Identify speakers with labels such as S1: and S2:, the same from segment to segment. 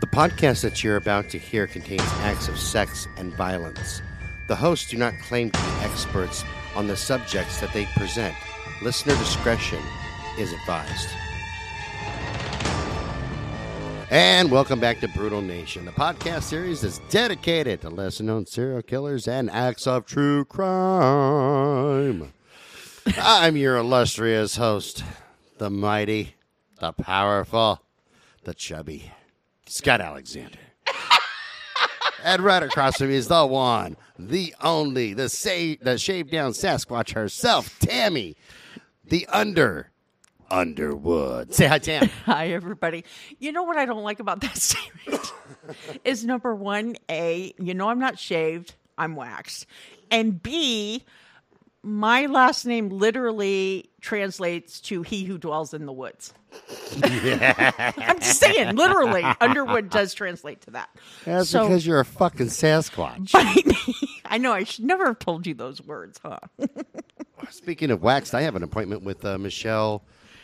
S1: The podcast that you're about to hear contains acts of sex and violence. The hosts do not claim to be experts on the subjects that they present. Listener discretion is advised. And welcome back to Brutal Nation, a podcast series that's dedicated to lesser known serial killers and acts of true crime. I'm your illustrious host, the mighty, the powerful, the chubby, Scott Alexander. and right across from me is the one, the only, the sa- the shaved down Sasquatch herself, Tammy, the under Underwood. Say hi, Tam.
S2: Hi, everybody. You know what I don't like about that series is number one, A, you know, I'm not shaved, I'm waxed. And B, my last name literally translates to he who dwells in the woods. I'm just saying, literally, Underwood does translate to that.
S1: That's
S2: So-
S1: because you're a fucking Sasquatch.
S2: I know I should never have told you those words, huh?
S1: Speaking of waxed, I have an appointment with uh, Michelle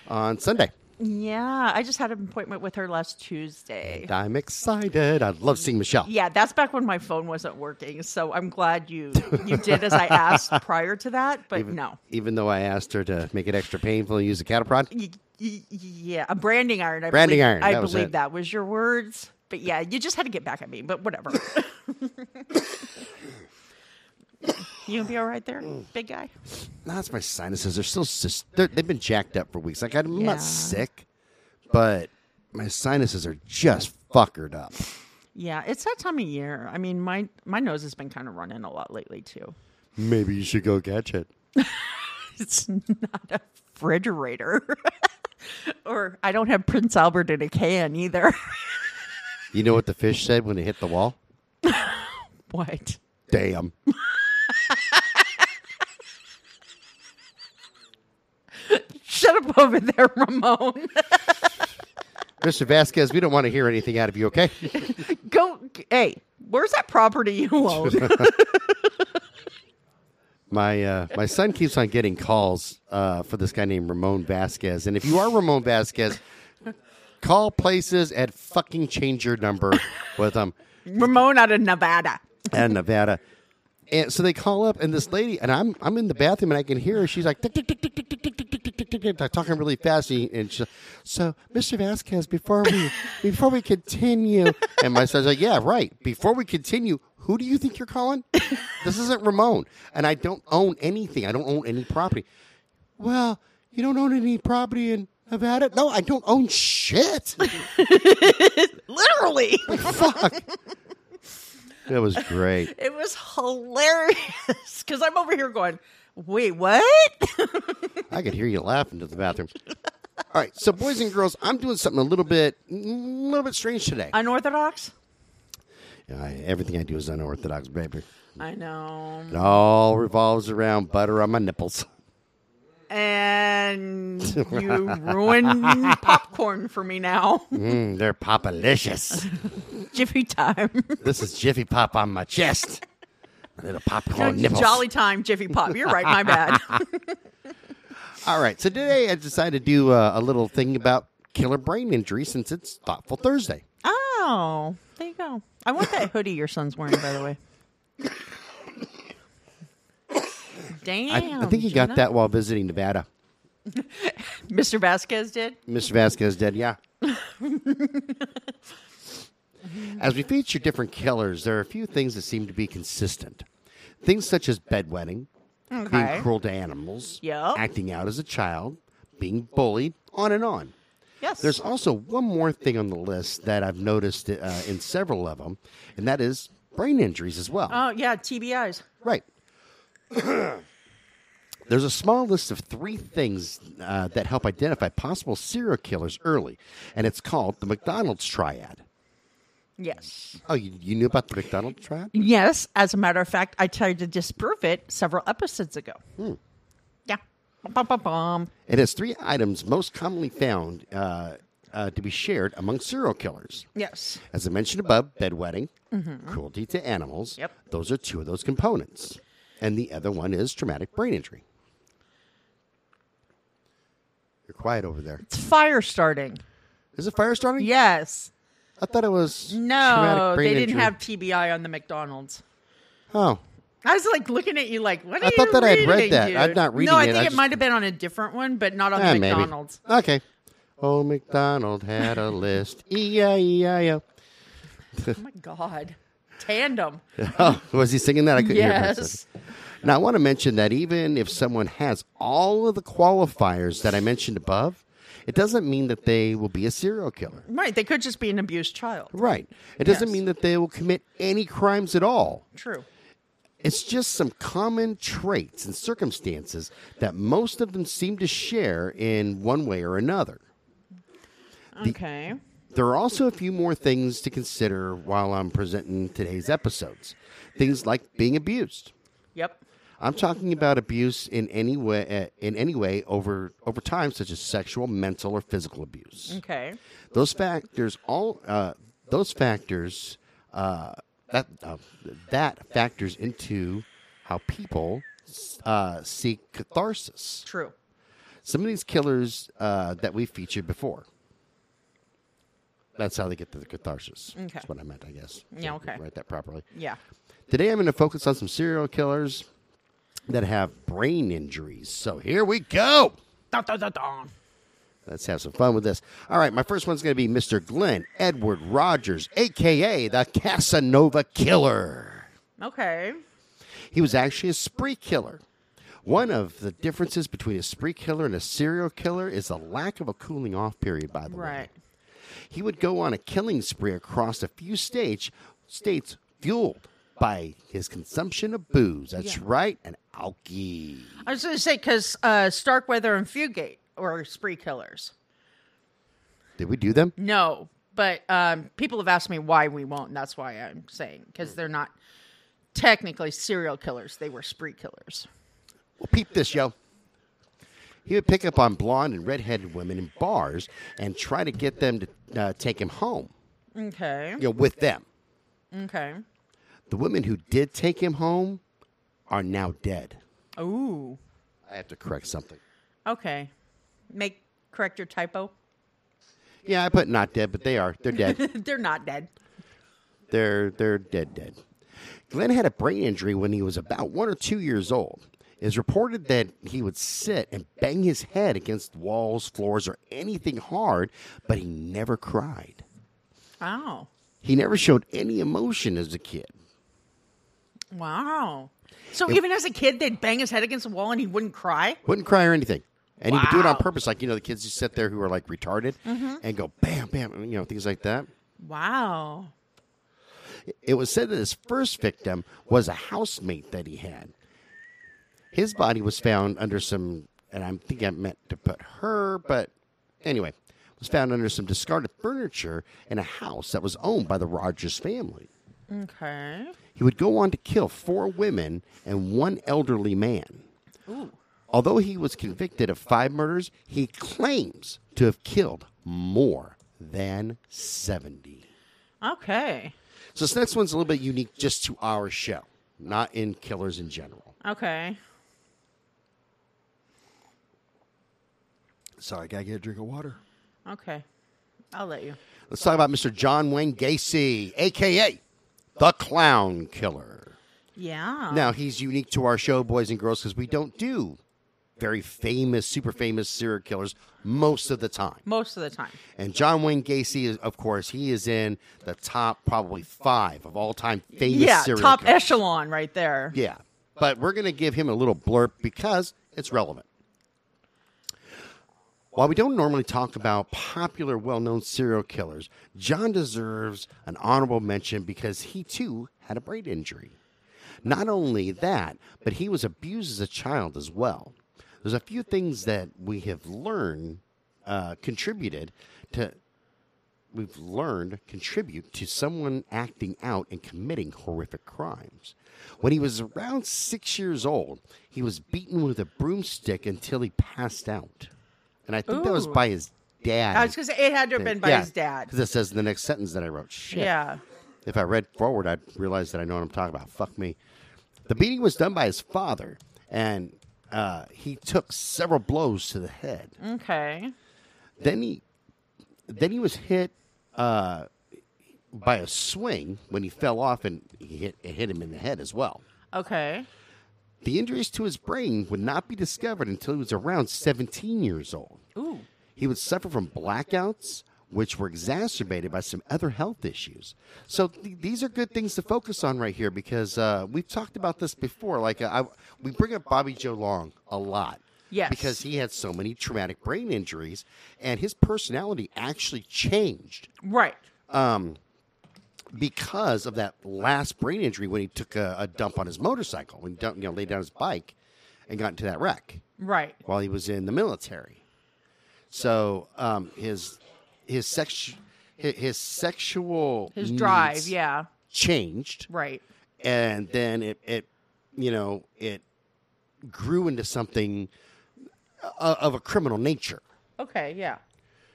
S1: on Sunday.
S2: yeah, I just had an appointment with her last Tuesday.
S1: I'm excited. I love seeing Michelle.
S2: Yeah, that's back when my phone wasn't working. So I'm glad you you did as I asked prior to that, but no.
S1: Even though I asked her to make it extra painful and use a cattle prod.
S2: Y- y- Yeah, a branding iron. I
S1: Branding
S2: believe,
S1: iron,
S2: I
S1: that was
S2: believe
S1: it.
S2: that was your words. But yeah, you just had to get back at me. But whatever. you gonna be all right there, big guy?
S1: That's my sinuses. They're still sis- they're, they've been jacked up for weeks. Like I'm
S2: Yeah.
S1: not sick, but my sinuses are just fuckered up.
S2: Yeah, it's that time of year. I mean, my my nose has been kind of running a lot lately too.
S1: Maybe you should go catch it.
S2: It's not a refrigerator, or I don't have Prince Albert in a can either.
S1: You know what the fish said when it hit the wall?
S2: what?
S1: Damn.
S2: Shut up over there, Ramon.
S1: Mr. Vasquez, we don't want to hear anything out of you, okay?
S2: Go. Hey, where's that property you own?
S1: My uh, my son keeps on getting calls uh, for this guy named Ramon Vasquez, and if you are Ramon Vasquez, call places and fucking change your number with them
S2: Ramon out of Nevada.
S1: and Nevada. And so they call up, and this lady, and I'm I'm in the bathroom, and I can hear her. She's like tick tick tick tick tick tick tick tick tick tick tick, tick, like, talking really fast, and and she's like, so Mr. Vasquez, before we before we continue, and my son's like, yeah, right. Before we continue, who do you think you're calling? This isn't Ramon, and I don't own anything. I don't own any property. Well, you don't own any property in Nevada. No, I don't own shit.
S2: Literally.
S1: Fuck. That was great.
S2: It was hilarious because I'm over here going, wait, what?
S1: I could hear you laughing to the bathroom. All right, so boys and girls, I'm doing something a little bit, a little bit strange today.
S2: Unorthodox?
S1: I, everything I do is unorthodox, baby.
S2: I know.
S1: It all revolves around butter on my nipples.
S2: And you ruined popcorn for me now.
S1: Mm, they're popalicious.
S2: Jiffy time.
S1: this is Jiffy Pop on my chest. A little popcorn Oh, nipples.
S2: Jolly time, Jiffy Pop. You're right, my bad.
S1: All right, so today I decided to do uh, a little thing about killer brain injury since it's Thoughtful Thursday.
S2: oh, there you go. I want that hoodie your son's wearing, by the way.
S1: I,
S2: Damn.
S1: I think he got that while visiting Nevada.
S2: Mr. Vasquez did?
S1: Mr. Vasquez dead, yeah. As we feature different killers, there are a few things that seem to be consistent. Things such as bedwetting,
S2: Okay.
S1: being cruel to animals,
S2: Yep.
S1: acting out as a child, being bullied, on and on.
S2: Yes.
S1: There's also one more thing on the list that I've noticed uh, in several of them, and that is brain injuries as well.
S2: oh, yeah, TBIs.
S1: Right. There's a small list of three things uh, that help identify possible serial killers early, and it's called the McDonald's Triad.
S2: Yes.
S1: Oh, you, you knew about the McDonald's Triad?
S2: Yes, as a matter of fact, I tried to disprove it several episodes ago.
S1: Hmm.
S2: Yeah. Bum, bum, bum, bum.
S1: It has three items most commonly found uh, uh, to be shared among serial killers.
S2: Yes.
S1: As I mentioned above, bedwetting, cruelty to animals.
S2: Yep.
S1: Those are two of those components. And the other one is traumatic brain injury. You're quiet over there.
S2: It's fire starting.
S1: Is it fire starting?
S2: Yes.
S1: I thought it was
S2: No,
S1: traumatic brain
S2: they didn't
S1: injury.
S2: have TBI on the McDonald's.
S1: Oh,
S2: I was like looking at you, like, what? Are
S1: I thought
S2: you
S1: that I had
S2: reading,
S1: read that.
S2: dude?
S1: I'm not reading
S2: No, I
S1: it.
S2: think
S1: I
S2: it
S1: just-
S2: might have been on a different one, but not on
S1: eh,
S2: the
S1: maybe.
S2: McDonald's.
S1: Okay. Oh, McDonald had a list. E I E I O.
S2: Oh my god, tandem.
S1: Oh, was he singing that? I couldn't hear. what I said.
S2: yes,
S1: Now, I want to mention that even if someone has all of the qualifiers that I mentioned above, it doesn't mean that they will be a serial killer.
S2: right. They could just be an abused child.
S1: Right. It doesn't
S2: Yes.
S1: mean that they will commit any crimes at all.
S2: True.
S1: It's just some common traits and circumstances that most of them seem to share in one way or another.
S2: Okay.
S1: There are also a few more things to consider while I'm presenting today's episodes. Things like being abused.
S2: Yep.
S1: I'm talking about abuse in any way uh, in any way over over time, such as sexual, mental, or physical abuse.
S2: Okay.
S1: Those factors all uh, those factors uh, that uh, that factors into how people uh, seek catharsis.
S2: True.
S1: Some of these killers uh, that we featured before. That's how they get to the catharsis.
S2: Okay.
S1: That's what I meant, I guess.
S2: Yeah,
S1: Didn't
S2: okay.
S1: Write that properly.
S2: Yeah.
S1: Today I'm going to focus on some serial killers that have brain injuries. So here we go.
S2: Dun, dun, dun, dun.
S1: Let's have some fun with this. All right, my first one's going to be Mr. Glenn Edward Rogers, aka the Casanova Killer.
S2: Okay.
S1: He was actually a spree killer. One of the differences between a spree killer and a serial killer is the lack of a cooling off period, by the way.
S2: Right.
S1: He would go on a killing spree across a few states, states fueled by his consumption of booze. That's
S2: Yeah.
S1: right, an alky.
S2: I was going to say because uh, Starkweather and Fugate were spree killers.
S1: Did we do them?
S2: No, but um, people have asked me why we won't, and that's why I'm saying because they're not technically serial killers; they were spree killers.
S1: Well, peep this, yo. He would pick up on blonde and redheaded women in bars and try to get them to uh, take him home,
S2: Okay.
S1: you know, with them.
S2: Okay.
S1: The women who did take him home are now dead.
S2: Ooh.
S1: I have to correct something.
S2: Okay. Make correct your typo.
S1: Yeah, I put not dead, but they are. They're dead.
S2: They're not dead.
S1: They're they're dead dead. Glenn had a brain injury when he was about one or two years old. It is reported that he would sit and bang his head against walls, floors, or anything hard, but he never cried.
S2: Wow.
S1: He never showed any emotion as a kid.
S2: Wow. So even as a kid, they'd bang his head against the wall and he wouldn't cry.
S1: Wouldn't cry or anything. And he would do it on
S2: Wow.
S1: purpose, like you know the kids who sit there who are like retarded and go bam bam, and, you know things like that.
S2: Wow.
S1: It was said that his first victim was a housemate that he had. His body was found under some, and I think I meant to put her, but anyway, was found under some discarded furniture in a house that was owned by the Rogers family.
S2: Okay.
S1: He would go on to kill four women and one elderly man. Although he was convicted of five murders, he claims to have killed more than 70.
S2: Okay.
S1: So this next one's a little bit unique just to our show, not in killers in general.
S2: Okay.
S1: Sorry, gotta get a drink of water.
S2: Okay. I'll let you.
S1: Let's talk about Mr. John Wayne Gacy, aka the Clown Killer.
S2: Yeah.
S1: Now he's unique to our show, boys and girls, because we don't do very famous, super famous serial killers most of the time.
S2: Most of the time.
S1: And John Wayne Gacy is, of course, he is in the top probably five of all time famous
S2: Yeah.
S1: serial
S2: Top
S1: killers.
S2: echelon right there.
S1: Yeah. But we're going to give him a little blurb because it's relevant. While we don't normally talk about popular, well known serial killers, John deserves an honorable mention because he too had a brain injury. Not only that, but he was abused as a child as well. There's a few things that we have learned uh, contributed to we've learned contribute to someone acting out and committing horrific crimes. When he was around six years old, he was beaten with a broomstick until he passed out. And I think that was
S2: Oow.
S1: by his dad.
S2: I was going to say it had to have been by his dad.
S1: Because it says in the next sentence that I wrote. Shit.
S2: Yeah.
S1: If I read forward, I'd realize that I know what I'm talking about. Fuck me. The beating was done by his father, and uh, he took several blows to the head.
S2: Okay.
S1: Then he, then he was hit. Uh, by a swing when he fell off and he hit, it hit him in the head as well.
S2: Okay.
S1: The injuries to his brain would not be discovered until he was around 17 years old.
S2: Ooh.
S1: He would suffer from blackouts, which were exacerbated by some other health issues. So th- these are good things to focus on right here because uh, we've talked about this before. Like uh, I, we bring up Bobby Joe Long a lot.
S2: Yes.
S1: Because he had so many traumatic brain injuries, and his personality actually changed
S2: Right.
S1: because of that last brain injury when he took a, a dump on his motorcycle, when he dumped, you know, laid down his bike and got into that wreck
S2: Right.
S1: while he was in the military. So um, his his sex his, his sexual
S2: His
S1: needs
S2: drive. Yeah.
S1: changed,
S2: Right.
S1: and then it it you know it grew into something o- of a criminal nature.
S2: Okay. Yeah.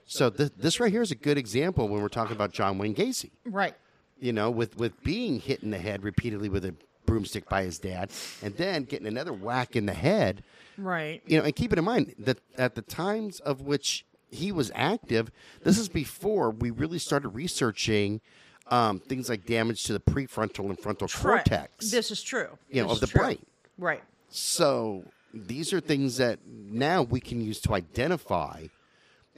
S1: So th- this right here is a good example when we're talking about John Wayne Gacy.
S2: Right.
S1: you know, with, with being hit in the head repeatedly with a broomstick by his dad and then getting another whack in the head,
S2: Right.
S1: you know, and keeping in mind that at the times of which he was active, this is before we really started researching um, things like damage to the prefrontal and frontal
S2: Correct.
S1: cortex.
S2: This is true.
S1: You know,
S2: This
S1: of
S2: is
S1: the
S2: true.
S1: brain.
S2: Right.
S1: so these are things that now we can use to identify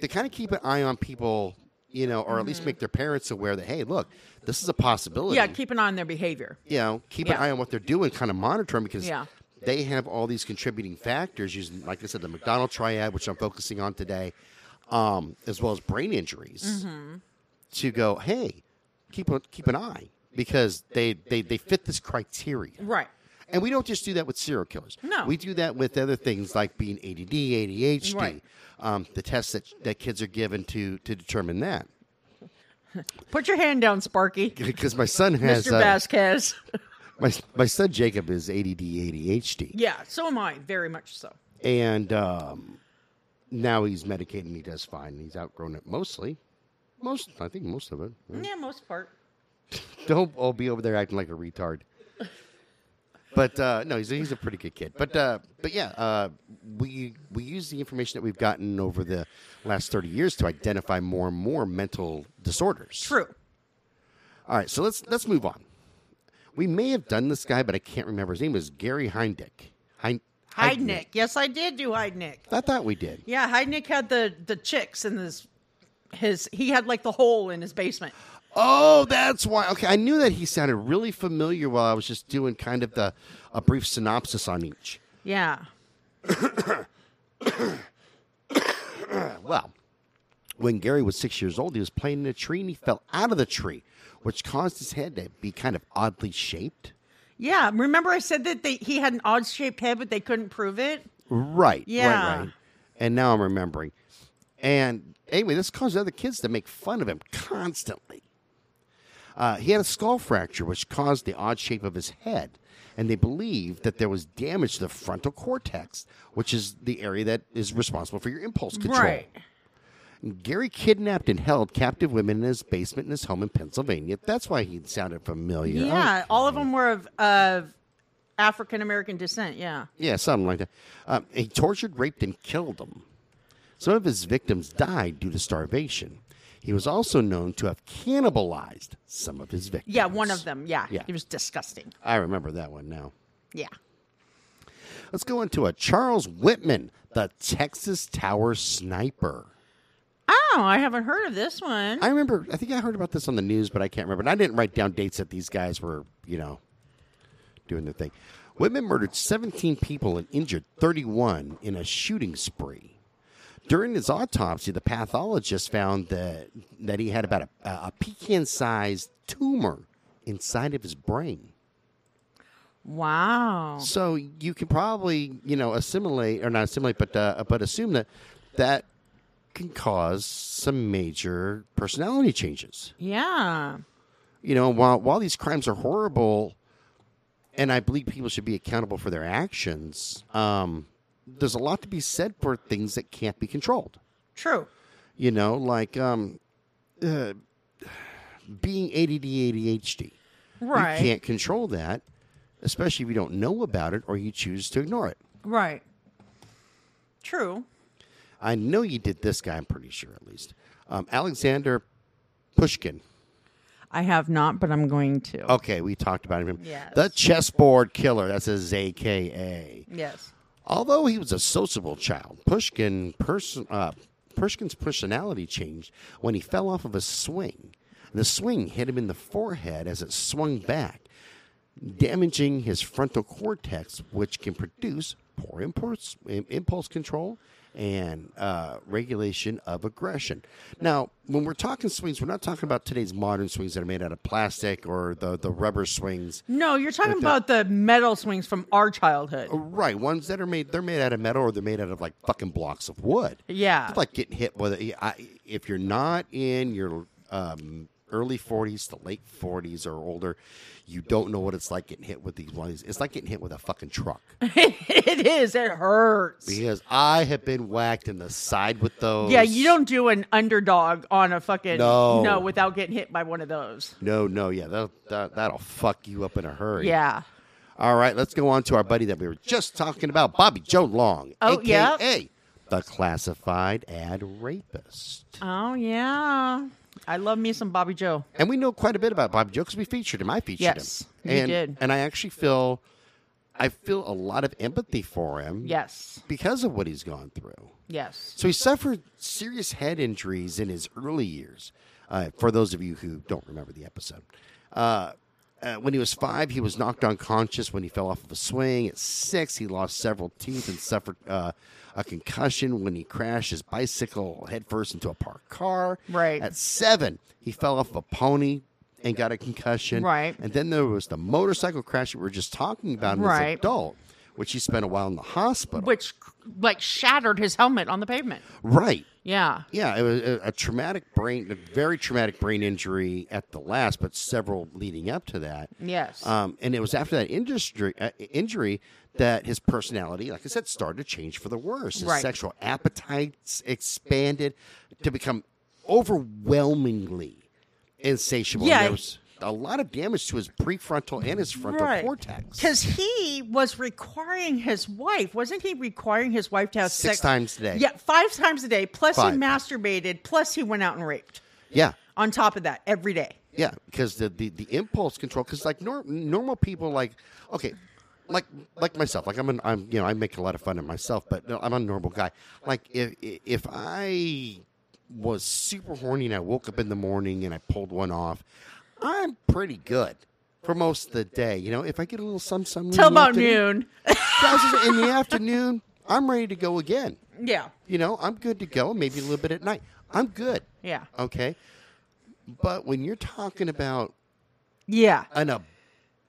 S1: to kind of keep an eye on people, you know, or at least make their parents aware that, hey, look, this is a possibility
S2: Mm-hmm. Yeah. Keep an eye on their behavior.
S1: you know, keep an
S2: Yeah.
S1: eye on what they're doing, kind of monitor them because
S2: Yeah.
S1: they have all these contributing factors using, like I said, the McDonald triad, which I'm focusing on today, um, as well as brain injuries,
S2: Mm-hmm.
S1: to go, hey, keep a, keep an eye because they, they, they fit this criteria.
S2: Right.
S1: And we don't just do that with serial killers.
S2: No.
S1: We do that with other things like being ADD, ADHD,
S2: Right.
S1: um, the tests that, that kids are given to, to determine that.
S2: Put your hand down, Sparky.
S1: Because my son has.
S2: Mr.
S1: uh,
S2: Vasquez.
S1: my, my son Jacob is ADD, ADHD.
S2: yeah. So am I. Very much so.
S1: and um, now he's medicated and he does fine. He's outgrown it mostly. Most, I think, most of it.
S2: Yeah. Most part.
S1: Don't all be over there acting like a retard. But uh, no, he's a, he's a pretty good kid. But uh, but yeah, uh, we we use the information that we've gotten over the last thirty years to identify more and more mental disorders.
S2: True.
S1: All right, so let's let's move on. We may have done this guy, but I can't remember his name. It was Gary Heindick. Hein-
S2: Hyde Nick. Yes, I did do Hyde Nick.
S1: I thought we did.
S2: Yeah, Hyde Nick had the the chicks in his his he had like the hole in his basement.
S1: Oh, that's why. Okay, I knew that he sounded really familiar while I was just doing kind of the a brief synopsis on each.
S2: Yeah.
S1: Well, when Gary was six years old, he was playing in a tree and he fell out of the tree, which caused his head to be kind of oddly shaped.
S2: Yeah. Remember I said that they, he had an odd shaped head, but they couldn't prove it?
S1: Right. Right.
S2: Yeah.
S1: Right. And now I'm remembering. And anyway, this caused other kids to make fun of him constantly. Uh, he had a skull fracture, which caused the odd shape of his head, and they believed that there was damage to the frontal cortex, which is the area that is responsible for your impulse control.
S2: Right.
S1: Gary kidnapped and held captive women in his basement in his home in Pennsylvania. That's why he sounded familiar.
S2: Yeah.
S1: Okay.
S2: All of them were of of African American descent, yeah.
S1: Yeah, something like that. Um, he tortured, raped, and killed them. Some of his victims died due to starvation. He was also known to have cannibalized some of his victims.
S2: Yeah, one of them. Yeah.
S1: Yeah.
S2: It was disgusting.
S1: I remember that one now.
S2: Yeah.
S1: Let's go into a Charles Whitman, the Texas Tower Sniper.
S2: Oh, I haven't heard of this one.
S1: I remember, I think I heard about this on the news, but I can't remember. And I didn't write down dates that these guys were, you know, doing their thing. Whitman murdered 17 people and injured 31 in a shooting spree. During his autopsy, the pathologist found that, that he had about a, a pecan sized tumor inside of his brain.
S2: wow.
S1: So you can probably, you know, assimilate or not assimilate, but uh, but assume that that can cause some major personality changes
S2: Yeah.
S1: you know, while while these crimes are horrible, and I believe people should be accountable for their actions, um, there's a lot to be said for things that can't be controlled.
S2: True.
S1: You know, like um, uh, being ADD, ADHD.
S2: Right.
S1: You can't control that, especially if you don't know about it or you choose to ignore it.
S2: Right. True.
S1: I know you did this guy. I'm pretty sure, at least. Um, Alexander Pushkin.
S2: I have not, but I'm going to.
S1: Okay, we talked about him.
S2: Yes.
S1: The chessboard killer. That's his AKA.
S2: Yes.
S1: Although he was a sociable child, Pushkin person uh, Pushkin's personality changed when he fell off of a swing. The swing hit him in the forehead as it swung back, damaging his frontal cortex, which can produce poor impulse im- impulse control and uh, regulation of aggression. Now, when we're talking swings, we're not talking about today's modern swings that are made out of plastic or the, the rubber swings.
S2: No, you're talking about the metal swings from our childhood.
S1: Right, ones that are made they're made out of metal or they're made out of like fucking blocks of wood.
S2: Yeah.
S1: it's like getting hit with a, I, if you're not in your um, early 40s to late 40s or older, you don't know what it's like getting hit with these ones. It's like getting hit with a fucking truck
S2: it is. It hurts.
S1: because I have been whacked in the side with those.
S2: Yeah, you don't do an underdog on a fucking
S1: No.
S2: without getting hit by one of those.
S1: No, no, yeah, that'll, that, that'll fuck you up in a hurry.
S2: Yeah.
S1: All right, let's go on to our buddy that we were just talking about, Bobby Joe Long,
S2: Oh,
S1: aka
S2: yeah.
S1: the classified ad rapist.
S2: Oh yeah. I love me some Bobby Joe.
S1: And we know quite a bit about Bobby Joe because we featured him. I featured
S2: Yes,
S1: him.
S2: you
S1: And,
S2: did.
S1: And I actually feel, I feel a lot of empathy for him.
S2: Yes.
S1: Because of what he's gone through.
S2: Yes.
S1: So he suffered serious head injuries in his early years. Uh, for those of you who don't remember the episode, uh, uh, when he was five, he was knocked unconscious when he fell off of a swing. At six, he lost several teeth and suffered uh, a concussion when he crashed his bicycle headfirst into a parked car.
S2: Right.
S1: At seven, he fell off of a pony and got a concussion.
S2: Right.
S1: And then there was the motorcycle crash that we were just talking about as an
S2: Right.
S1: adult, which he spent a while in the hospital.
S2: Which like shattered his helmet on the pavement.
S1: Right.
S2: Yeah.
S1: Yeah, it was a, a traumatic brain, a very traumatic brain injury at the last, but several leading up to that.
S2: Yes.
S1: Um, and it was after that industry, uh, injury that his personality, like I said, started to change for the worse. His
S2: Right.
S1: sexual appetites expanded to become overwhelmingly insatiable. And
S2: Yeah.
S1: There was a lot of damage to his prefrontal and his frontal cortex.
S2: Because he was requiring his wife, wasn't he requiring his wife to have
S1: Six
S2: sex
S1: times a day.
S2: Yeah, five times a day. Plus
S1: Five.
S2: he masturbated. Plus he went out and raped.
S1: Yeah.
S2: On top of that, every day.
S1: Yeah, because the, the the impulse control. Because like nor, normal people, like okay, like like myself, like I'm an I'm you know I make a lot of fun of myself, but no, I'm a normal guy. Like if if I was super horny and I woke up in the morning and I pulled one off, I'm pretty good for most of the day. You know, if I get a little some some
S2: Till about noon.
S1: in the afternoon, I'm ready to go again.
S2: yeah.
S1: You know, I'm good to go. Maybe a little bit at night. I'm good.
S2: Yeah.
S1: Okay. But when you're talking about
S2: Yeah.
S1: an ab-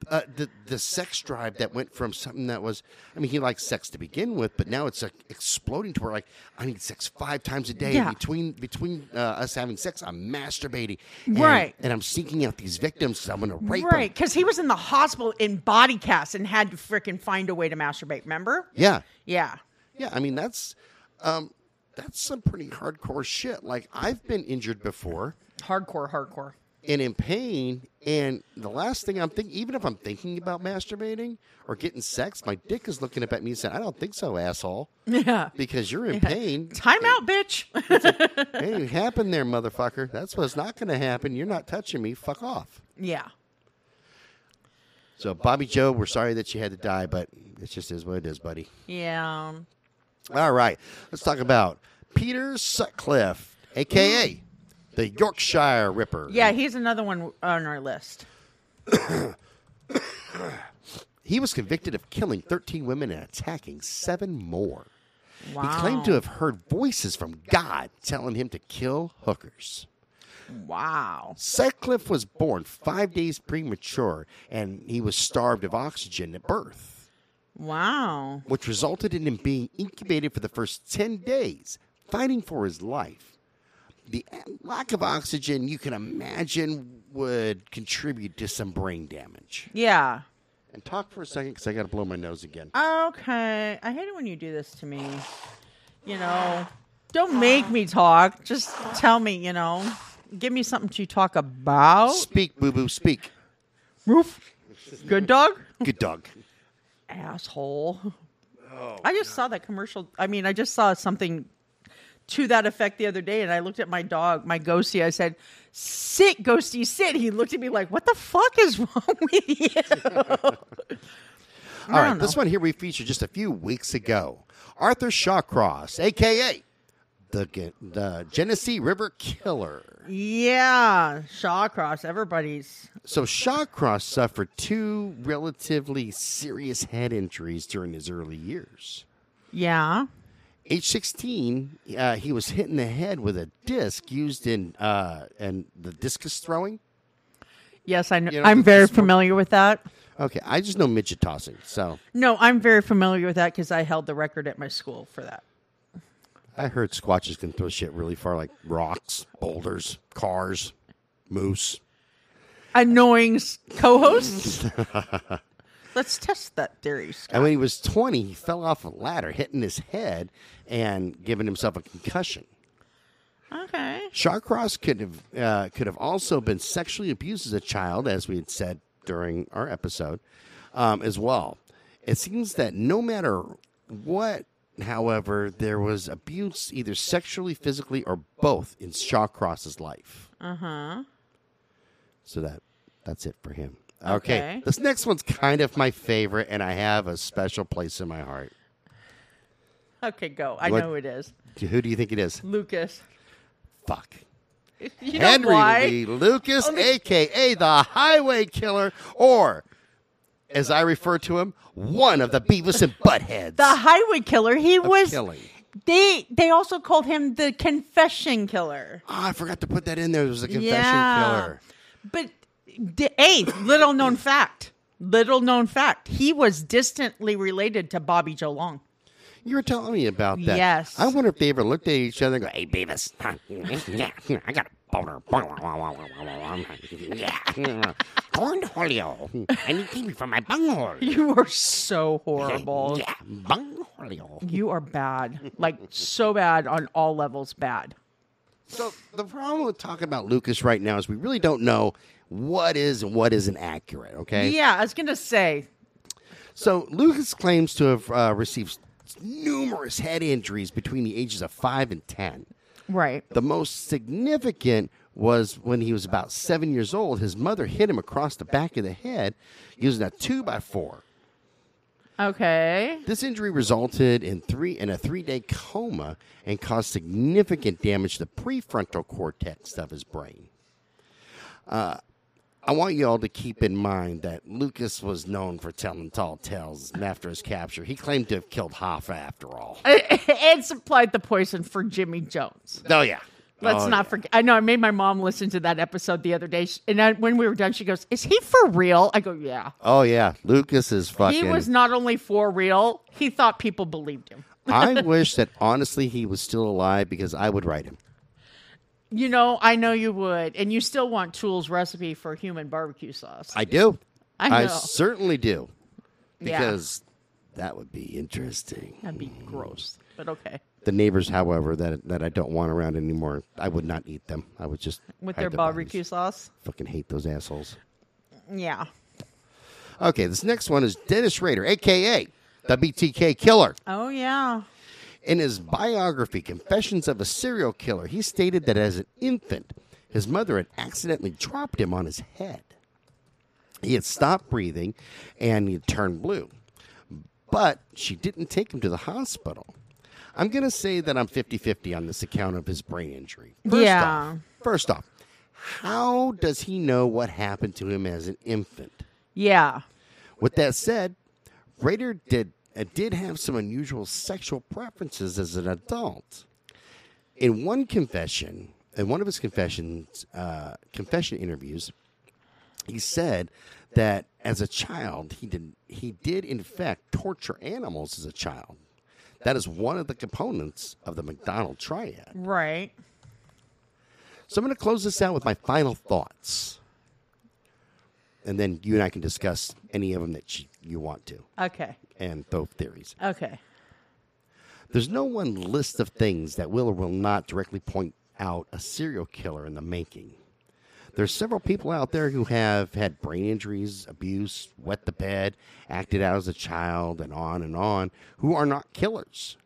S1: uh, the the sex drive that went from something that was I mean he likes sex to begin with but now it's like exploding to where like I need sex five times a day
S2: Yeah.
S1: between between uh, us having sex I'm masturbating and,
S2: Right.
S1: and I'm seeking out these victims 'cause I'm gonna rape
S2: Right,
S1: them
S2: because he was in the hospital in body cast and had to freaking find a way to masturbate. Remember?
S1: yeah
S2: Yeah.
S1: yeah I mean that's um that's some pretty hardcore shit like I've been injured before
S2: Hardcore, hardcore.
S1: and in pain. And the last thing I'm thinking, even if I'm thinking about masturbating or getting sex, my dick is looking up at me and saying, I don't think so, asshole.
S2: Yeah.
S1: Because you're in pain.
S2: Time out, bitch.
S1: It ain't happened there, motherfucker. That's what's not going to happen. You're not touching me. Fuck off.
S2: yeah.
S1: So, Bobby Joe, we're sorry that you had to die, but it just is what it is, buddy.
S2: Yeah.
S1: All right. Let's talk about Peter Sutcliffe, a.k.a. the Yorkshire Ripper.
S2: Yeah, he's another one on our list.
S1: He was convicted of killing 13 women and attacking seven more.
S2: Wow.
S1: He claimed to have heard voices from God telling him to kill hookers.
S2: Wow.
S1: Sutcliffe was born five days premature, and he was starved of oxygen at birth,
S2: Wow.
S1: which resulted in him being incubated for the first 10 days, fighting for his life. The lack of oxygen, you can imagine, would contribute to some brain damage.
S2: Yeah.
S1: And talk for a second because I got to blow my nose again.
S2: Okay. I hate it when you do this to me. You know, don't make me talk. Just tell me, you know, give me something to talk about.
S1: Speak, boo boo, speak.
S2: Roof. Good dog.
S1: Good dog.
S2: asshole. I just saw that commercial. I mean, I just saw something to that effect the other day, and I looked at my dog, my ghosty. I said, "Sit, ghosty, sit." He looked at me like, "What the fuck is wrong with you?"
S1: All right, this one here we featured just a few weeks ago. Arthur Shawcross, aka the Ge- the Genesee River Killer.
S2: yeah, Shawcross, everybody's
S1: So Shawcross suffered two relatively serious head injuries during his early years.
S2: yeah.
S1: Age 16, uh, he was hit in the head with a disc used in uh, and the discus throwing.
S2: Yes, I know.
S1: You know,
S2: I'm
S1: the-
S2: very
S1: the sport-
S2: familiar with that.
S1: Okay, I just know midget tossing, so
S2: No, I'm very familiar with that because I held the record at my school for that.
S1: I heard squatches can throw shit really far, like rocks, boulders, cars, moose.
S2: Annoying s- co-hosts. Let's test that theory. Scott.
S1: And when he was 20, he fell off a ladder, hitting his head and giving himself a concussion.
S2: Okay.
S1: Shawcross could have uh, could have also been sexually abused as a child, as we had said during our episode, um, as well. It seems that no matter what, however, there was abuse either sexually, physically, or both in Shawcross's life.
S2: Uh huh.
S1: So that that's it for him. Okay.
S2: Okay.
S1: This next one's kind of my favorite, and I have a special place in my heart.
S2: Okay, go. I
S1: What-
S2: know it is
S1: Who do you think it is?
S2: Lucas.
S1: Fuck.
S2: You know
S1: Henry
S2: why?
S1: Lee Lucas, aka the Highway Killer, or as I refer to him, one of the Beavis and Buttheads.
S2: The highway killer. He was.
S1: killing.
S2: They they also called him the confession killer.
S1: Ah, I forgot to put that in there. There was a confession
S2: Yeah.
S1: killer.
S2: But d- hey, little known fact. Little known fact. He was distantly related to Bobby Joe Long.
S1: You were telling me about that.
S2: Yes.
S1: I wonder if they ever looked at each other and go, "Hey, Beavis, huh, yeah, yeah, I got a boner." Yeah, cornholio. I need TV for my bunghole.
S2: You are so horrible.
S1: Yeah, bunghole.
S2: You are bad. Like so bad on all levels bad.
S1: So the problem with talking about Lucas right now is we really don't know what is and what isn't accurate. Okay.
S2: Yeah, I was gonna say.
S1: So Lucas claims to have uh, received numerous head injuries between the ages of five and ten.
S2: Right.
S1: The most significant was when he was about seven years old. His mother hit him across the back of the head using a two by four.
S2: Okay.
S1: This injury resulted in three in a three day coma and caused significant damage to the prefrontal cortex of his brain. Uh, I want you all to keep in mind that Lucas was known for telling tall tales after his capture. He claimed to have killed Hoffa after all.
S2: and supplied the poison for Jimmy Jones.
S1: Oh yeah.
S2: Let's
S1: Oh,
S2: not forget. I know I made my mom listen to that episode the other day, She- and I, when we were done, she goes, "Is he for real?" I go, "Yeah."
S1: Oh yeah. Lucas is
S2: He
S1: fucking
S2: was not only for real; he thought people believed him.
S1: I wish that honestly he was still alive because I would write him.
S2: You know, I know you would, and you still want Tool's recipe for human barbecue sauce.
S1: I do.
S2: I
S1: I
S2: know.
S1: certainly do.
S2: Yeah.
S1: Because that would be interesting.
S2: That'd be gross, but okay.
S1: The neighbors, however, that that I don't want around anymore, I would not eat them. I would just
S2: With
S1: hide
S2: their
S1: bodies.
S2: barbecue sauce,
S1: Fucking hate those assholes.
S2: yeah.
S1: Okay, this next one is Dennis Rader, aka the BTK Killer.
S2: Oh yeah.
S1: In his biography, Confessions of a Serial Killer, he stated that as an infant, his mother had accidentally dropped him on his head. He had stopped breathing and he had turned blue. But she didn't take him to the hospital. I'm going to say that I'm 50 50 on this account of his brain injury. First
S2: Yeah.
S1: Off, first off, how does he know what happened to him as an infant?
S2: Yeah.
S1: With that said, Rader did uh, did have some unusual sexual preferences as an adult. In one confession, in one of his confessions, uh, confession interviews, he said that as a child he did he did in fact torture animals as a child. That is one of the components of the McDonald triad.
S2: Right.
S1: So I'm going to close this out with my final thoughts, and then you and I can discuss any of them that you, you want to
S2: Okay.
S1: and both theories.
S2: Okay.
S1: There's no one list of things that will or will not directly point out a serial killer in the making. There's several people out there who have had brain injuries, abuse, wet the bed, acted out as a child, and on and on, who are not killers.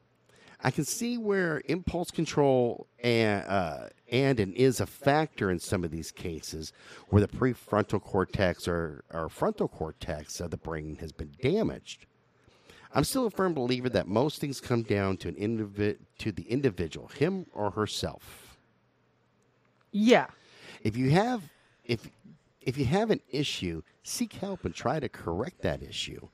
S1: I can see where impulse control and uh, and and is a factor in some of these cases where the prefrontal cortex or, or frontal cortex of the brain has been damaged. I'm still a firm believer that most things come down to an individ- to the individual, him or herself.
S2: Yeah.
S1: If you have if if you have an issue, seek help and try to correct that issue.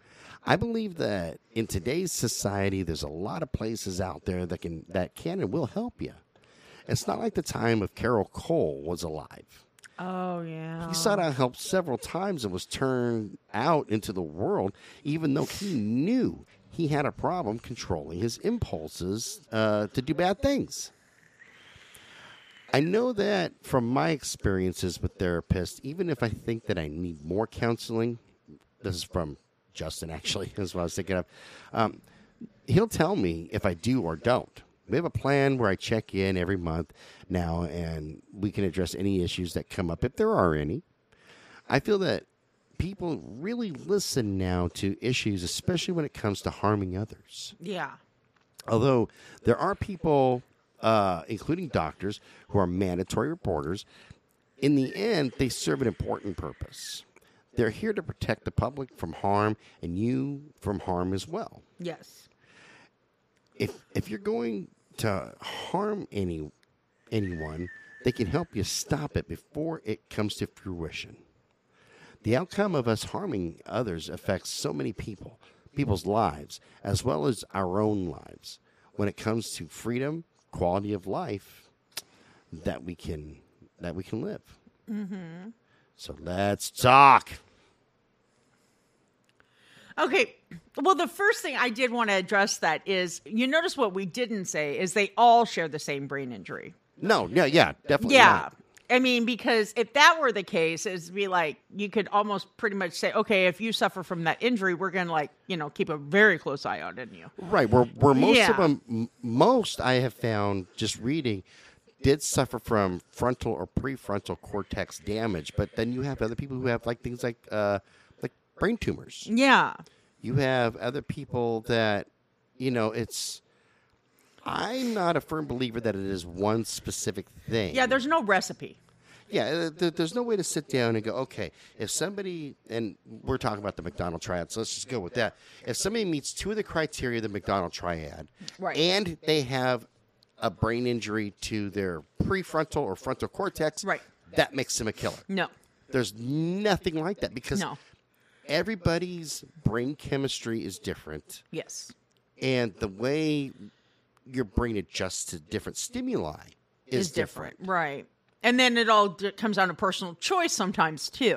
S1: I believe that in today's society there's a lot of places out there that can that can and will help you. It's not like the time of Carol Cole was alive.
S2: Oh yeah.
S1: He sought out help several times and was turned out into the world, even though he knew he had a problem controlling his impulses uh, to do bad things. I know that from my experiences with therapists, even if I think that I need more counseling, this is from Justin actually, is what I was thinking of. Um, he'll tell me if I do or don't. We have a plan where I check in every month now and we can address any issues that come up if there are any. I feel that people really listen now to issues, especially when it comes to harming others
S2: yeah.
S1: although there are people, uh, including doctors, who are mandatory reporters, in the end, they serve an important purpose. They're here to protect the public from harm and you from harm as well.
S2: Yes.
S1: If, if you're going to harm any, anyone, they can help you stop it before it comes to fruition. The outcome of us harming others affects so many people, people's lives, as well as our own lives. When it comes to freedom, quality of life that we can that we can live. Mm-hmm. So let's talk.
S2: Okay. Well, the first thing I did want to address that is you notice what we didn't say is they all share the same brain injury.
S1: No, yeah, yeah, definitely.
S2: Yeah.
S1: not.
S2: I mean, because if that were the case, it'd be like you could almost pretty much say, okay, if you suffer from that injury, we're gonna like you know keep a very close eye on you.
S1: Right, where where most
S2: Yeah.
S1: of them, m- most I have found just reading, did suffer from frontal or prefrontal cortex damage. But then you have other people who have like things like uh, like brain tumors.
S2: Yeah,
S1: You have other people that, you know, it's. I'm not a firm believer that it is one specific thing.
S2: yeah. There's no recipe.
S1: Yeah, uh, there, there's no way to sit down and go, okay, if somebody, and we're talking about the McDonald triad, so let's just go with that. If somebody meets two of the criteria of the McDonald triad,
S2: Right.
S1: and they have a brain injury to their prefrontal or frontal cortex,
S2: Right.
S1: that makes them a killer.
S2: No.
S1: There's nothing like that because
S2: No.
S1: everybody's brain chemistry is different
S2: Yes.
S1: and the way your brain adjusts to different stimuli is, different.
S2: Right. And then it all d- comes down to personal choice sometimes too.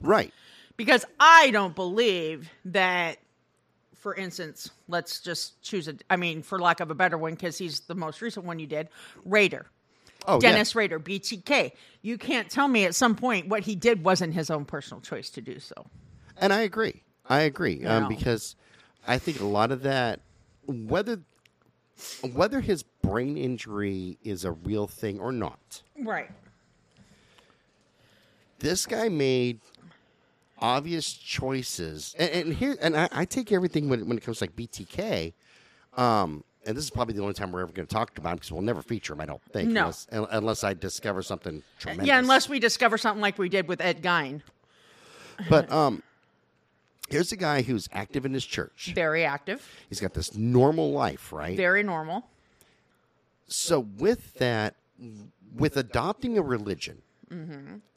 S1: Right.
S2: because I don't believe that. For instance, let's just choose a. I mean, for lack of a better one, because he's the most recent one you did, Raider,
S1: Oh, yeah.
S2: Dennis Raider, BTK. You can't tell me at some point what he did wasn't his own personal choice to do so.
S1: And I agree. I agree um,
S2: Yeah.
S1: because I think a lot of that, whether whether his brain injury is a real thing or not,
S2: Right.
S1: this guy made obvious choices. And, and here, and I, I take everything when, when it comes to like BTK. Um, and this is probably the only time we're ever going to talk about him because we'll never feature him. I don't think,
S2: No.
S1: unless, un- unless I discover something tremendous.
S2: Yeah, unless we discover something like we did with Ed Gein,
S1: But um, here's a guy who's active in his church.
S2: very active,
S1: He's got this normal life, right?
S2: very normal.
S1: so with that with adopting a religion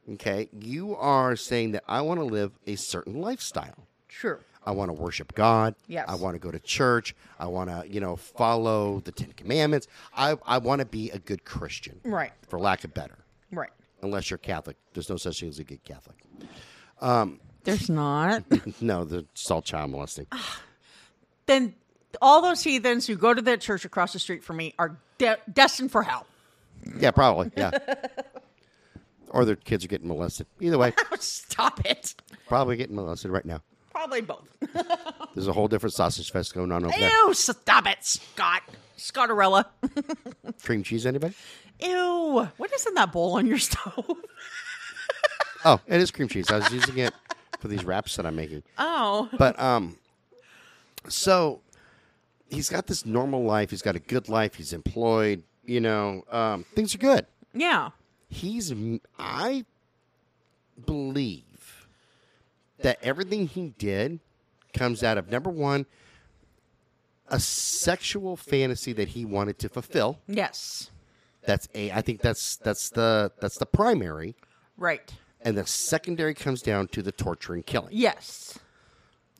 S1: okay you are saying that i want to live a certain lifestyle
S2: True.
S1: i want to worship god
S2: Yes.
S1: i want to go to church i want to you know follow the ten commandments i, I want to be a good christian
S2: Right.
S1: for lack of better
S2: Right.
S1: unless you're catholic there's no such thing as a good catholic
S2: There's not.
S1: no the all child molesting
S2: then all those heathens who go to that church across the street from me are de- destined for hell.
S1: yeah probably yeah or their kids are getting molested either way
S2: Stop it.
S1: probably getting molested right now
S2: Probably both.
S1: there's a whole different sausage fest going on over there
S2: Ew, stop it, Scott. Scottarella.
S1: cream cheese anybody
S2: Ew. What is in that bowl on your stove?
S1: Oh, it is cream cheese. I was using it for these wraps that I'm making.
S2: Oh.
S1: But um so he's got this normal life. He's got a good life. He's employed. You know, um, things are good.
S2: Yeah.
S1: He's m- I believe that everything he did comes out of number one a sexual fantasy that he wanted to fulfill.
S2: Yes.
S1: That's a I think that's that's the that's the primary,
S2: Right.
S1: and the secondary comes down to the torture and killing.
S2: Yes.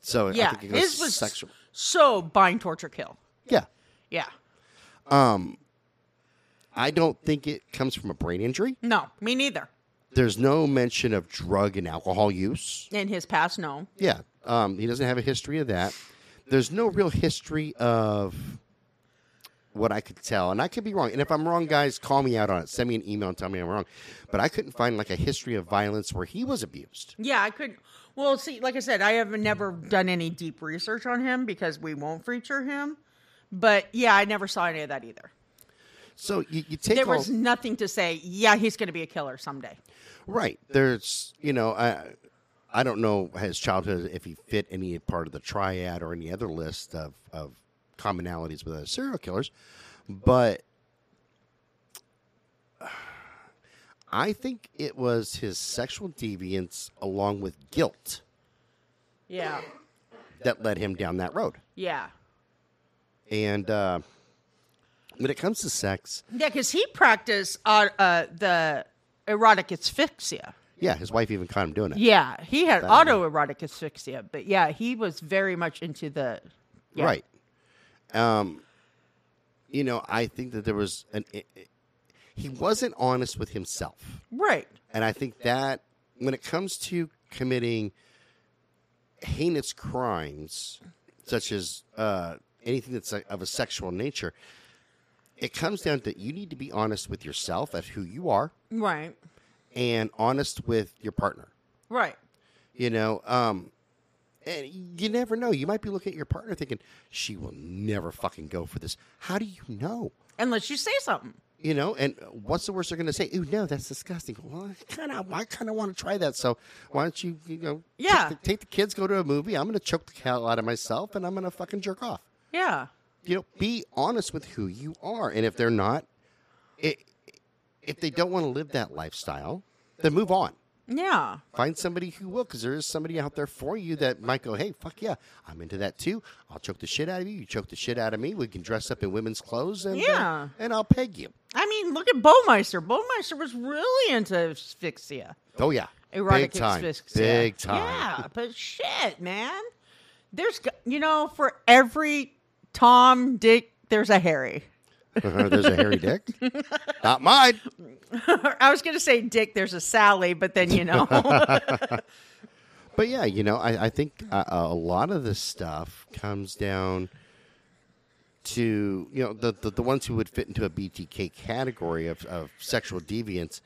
S1: So I
S2: Yeah.
S1: think it goes
S2: His was
S1: sexual.
S2: so bind, torture, kill.
S1: Yeah.
S2: Yeah.
S1: I don't think it comes from a brain injury.
S2: No, me neither.
S1: There's no mention of drug and alcohol use.
S2: In his past, no.
S1: Yeah. Um, he doesn't have a history of that. There's no real history of what I could tell. And I could be wrong. And if I'm wrong, guys, call me out on it. Send me an email and tell me I'm wrong. But I couldn't find like a history of violence where he was abused.
S2: Yeah, I could. Well, see, like I said, I have never done any deep research on him because we won't feature him. But yeah, I never saw any of that either.
S1: So you, you take
S2: There
S1: all,
S2: was nothing to say, yeah, he's going to be a killer someday.
S1: right. There's you know I I don't know his childhood if he fit any part of the triad or any other list of of commonalities with other serial killers, but I think it was his sexual deviance along with guilt
S2: Yeah.
S1: that led him down that road.
S2: Yeah.
S1: And uh, when it comes to sex,
S2: Yeah, because he practiced uh, uh, the erotic asphyxia.
S1: yeah, his wife even caught him doing it.
S2: Yeah, he had autoerotic asphyxia, but yeah, he was very much into the yeah.
S1: Right. Um, you know, I think that there was an. i i he wasn't honest with himself,
S2: right,
S1: and I think that when it comes to committing heinous crimes, such as uh, anything that's a, of a sexual nature, it comes down to you need to be honest with yourself at who you are,
S2: right,
S1: and honest with your partner.
S2: right.
S1: You know, um, and you never know. You might be looking at your partner thinking, she will never fucking go for this. How do you know?
S2: Unless you say something,
S1: You know, and what's the worst they're going to say? Ooh, no, that's disgusting. Well, I kind of, I kind of want to try that. So why don't you, you know, take
S2: Yeah.
S1: the- take the, kids, go to a movie. I'm going to choke the hell out of myself, and I'm going to fucking jerk off.
S2: yeah,
S1: You know, be honest with who you are, and if they're not, i if they don't want to live that lifestyle, then move on
S2: yeah,
S1: find somebody who will because there is somebody out there for you that might go hey fuck yeah i'm into that too i'll choke the shit out of you you choke the shit out of me we can dress up in women's clothes and uh,
S2: Yeah.
S1: and i'll peg you
S2: I mean, look at Bowmeister. Bowmeister was really into asphyxia,
S1: oh yeah
S2: erotic
S1: big time
S2: asphyxia.
S1: big time
S2: Yeah, but shit, man. There's, g- you know, for every Tom, Dick, there's a Harry.
S1: there's a hairy dick not mine
S2: I was going to say Dick, there's a Sally, but then, you know.
S1: but yeah you know i, I think uh, a lot of this stuff comes down to you know the, the the ones who would fit into a btk category of, of sexual deviance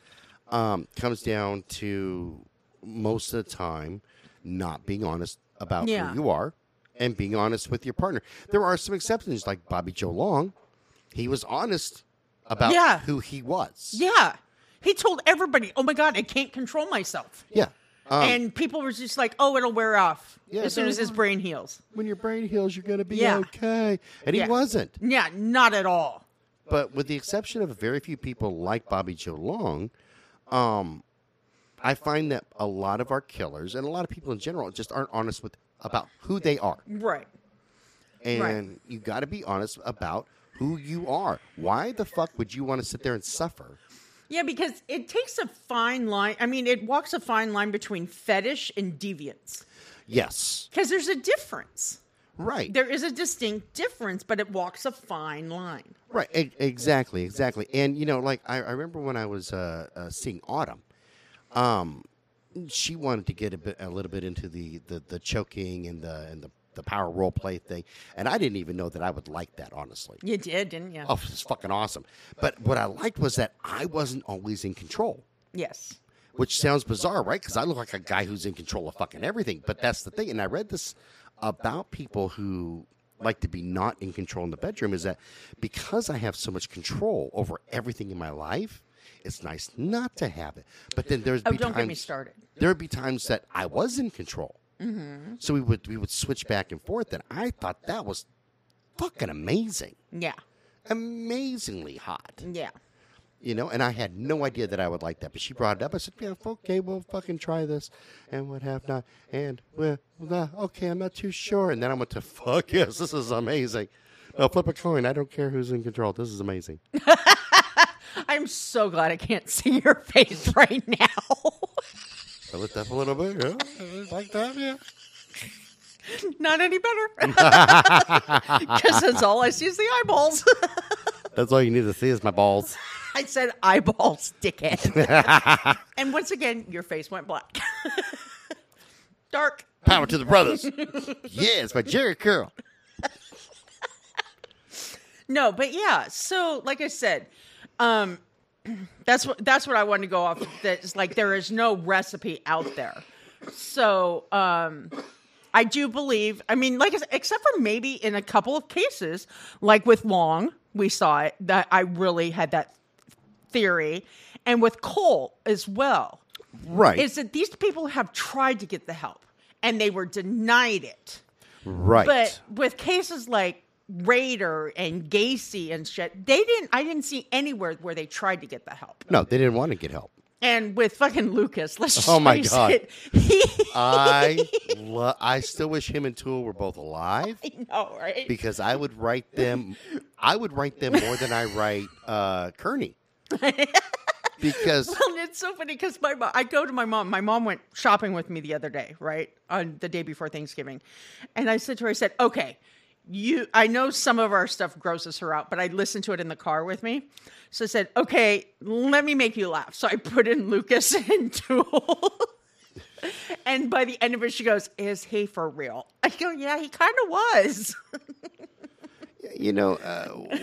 S1: um, comes down to most of the time not being honest about
S2: Yeah.
S1: who you are and being honest with your partner there are some exceptions like bobby joe long he was honest about
S2: Yeah.
S1: who he was
S2: yeah. He told everybody, oh my God, I can't control myself.
S1: yeah um,
S2: and people were just like, "Oh, it'll wear off
S1: Yeah,
S2: as soon
S1: no,
S2: as his
S1: no.
S2: brain heals."
S1: when your brain heals you're going to be
S2: Yeah.
S1: okay and
S2: Yeah.
S1: he wasn't
S2: Yeah, not at all.
S1: But with the exception of very few people like Bobby Joe Long, um, I find that a lot of our killers and a lot of people in general just aren't honest with about who they are.
S2: Right.
S1: And
S2: Right.
S1: you got to be honest about who you are. Why the fuck would you want to sit there and suffer?
S2: Yeah, because it takes a fine line. I mean, it walks a fine line between fetish and deviance
S1: Yes,
S2: because there's a difference.
S1: right,
S2: There is a distinct difference, but it walks a fine line.
S1: right, E- exactly, exactly. And you know, like I, I remember when I was uh, uh, seeing Autumn. um, she wanted to get a, bit, a little bit into the, the, the choking and the and the, the power role play thing, and I didn't even know that I would like that honestly.
S2: You did, didn't you?
S1: Oh, it's fucking awesome! But what I liked was that I wasn't always in control,
S2: Yes.
S1: which sounds bizarre, right? Because I look like a guy who's in control of fucking everything. But that's the thing. And I read this about people who like to be not in control in the bedroom is that because I have so much control over everything in my life. It's nice not to have it, but then there's
S2: Oh,
S1: be
S2: don't get me
S1: times-
S2: started.
S1: there would be times that I
S2: Mm-hmm.
S1: was in control. So we would we would switch back and forth, and I thought that was fucking amazing,
S2: Yeah.
S1: amazingly hot.
S2: Yeah.
S1: You know, and I had no idea that I would like that, but she brought it up. I said, "Yeah, okay, we'll fucking try this, and what have not, and well, nah, okay, I'm not too sure." And then I went to, "Fuck yes, this is amazing." Now flip a coin. I don't care who's in control. This is amazing.
S2: I'm so glad I can't see your face right now.
S1: I lift up a little bit, yeah, like that, yeah.
S2: Not any better. Because that's all I see is the eyeballs.
S1: That's all you need to see is my balls.
S2: I said eyeballs, dickhead. and once again, your face went black. Dark.
S1: Power to the brothers. yeah, it's my Jerry Curl.
S2: No, but yeah. So, like I said, um, that's what that's what I wanted to go off. That's like there is no recipe out there. So, um, I do believe. I mean, like I said, except for maybe in a couple of cases, like with Long, we saw it that I really had that theory, and with Cole as well.
S1: Right.
S2: Is that these people have tried to get the help and they were denied it.
S1: right.
S2: But with cases like Raider and Gacy and shit, they didn't. I didn't see anywhere where they tried to get the help.
S1: no, they didn't want to get help.
S2: And with fucking Lucas, let's just
S1: Oh my
S2: face
S1: God.
S2: it. He,
S1: I lo- I still wish him and Tool were both alive
S2: I know, right?
S1: because I would write them. I would write them more than I write uh, Kearney because
S2: Well, it's so funny because my mom, I go to my mom. My mom went shopping with me the other day, right on the day before Thanksgiving, and I said to her, I said, "Okay, you. I know some of our stuff grosses her out, but I listened to it in the car with me, so I said, okay, let me make you laugh. So I put in Lucas and Tool. And by the end of it, she goes, "Is he for real?" I go, "Yeah, he kind of was."
S1: you know uh,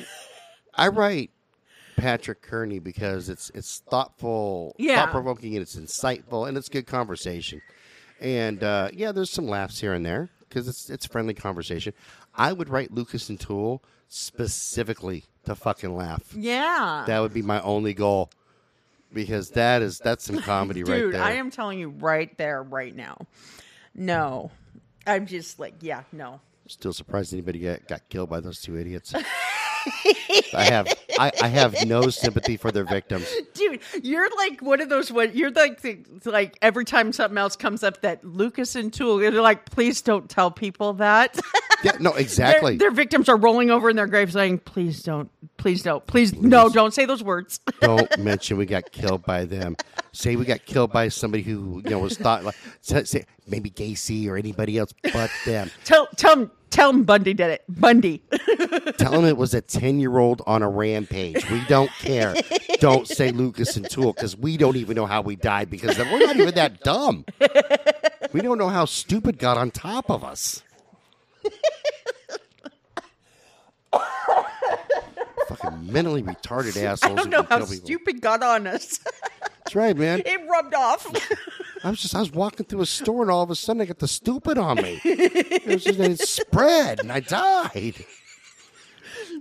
S1: I write Patrick Kearney because it's it's thoughtful,
S2: Yeah.
S1: thought provoking, and it's insightful, and it's good conversation. And uh, yeah, there's some laughs here and there because it's it's friendly conversation. I would write Lucas and Tool specifically to fucking laugh.
S2: Yeah,
S1: That would be my only goal because that is that's some comedy right
S2: dude,
S1: there.
S2: I am telling you right there, right now. No, I'm just like, yeah, no.
S1: Still surprised anybody got, got killed by those two idiots. I have I, I have no sympathy for their victims.
S2: Dude, you're like one of those one. You're like the, like every time something else comes up that Lucas and Tool, they're like, please don't tell people that.
S1: Yeah, no, exactly.
S2: their, their victims are rolling over in their graves, saying, please don't, please don't, please, no,
S1: Please.
S2: don't say those words.
S1: Don't mention we got killed by them. Say we got killed by somebody who you know was thought like say, say maybe Gacy or anybody else but them.
S2: tell tell them tell them Bundy did it. Bundy.
S1: Tell them it was a ten year old on a rampage. We don't care. Don't say Lucas and Tool because we don't even know how we died because we're not even that dumb. We don't know how stupid got on top of us. Fucking mentally retarded assholes.
S2: I
S1: who
S2: don't know
S1: can
S2: how
S1: kill people.
S2: stupid got on us.
S1: That's right, man.
S2: it rubbed off.
S1: I was just I was walking through a store and all of a sudden I got the stupid on me. It was just it spread and I died.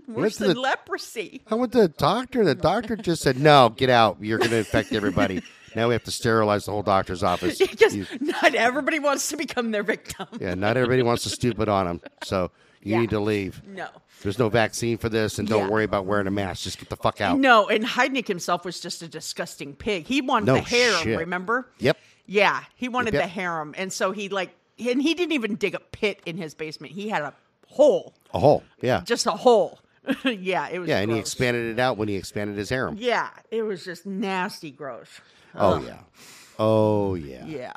S2: Worse
S1: to
S2: than
S1: the-
S2: leprosy.
S1: I went to the doctor and the doctor just said, No, get out. You're gonna infect everybody. Now we have to sterilize the whole doctor's office.
S2: Because
S1: You-
S2: not everybody wants to become their victim.
S1: yeah, not everybody wants the stupid on them. So you
S2: Yeah.
S1: need to leave.
S2: No.
S1: There's no vaccine for this and don't
S2: Yeah.
S1: worry about wearing a mask. Just get the fuck out.
S2: No, and Heidnik himself was just a disgusting pig. He wanted
S1: No
S2: the harem,
S1: shit.
S2: remember?
S1: Yep.
S2: Yeah, he wanted
S1: Yep,
S2: the
S1: yep.
S2: harem. And so he like and he didn't even dig a pit in his basement. He had a hole.
S1: A hole. Yeah.
S2: Just a hole. yeah, it was
S1: yeah, and he
S2: gross.
S1: expanded it out when he expanded his harem.
S2: Yeah, it was just nasty gross.
S1: Oh yeah. Oh yeah.
S2: Yeah.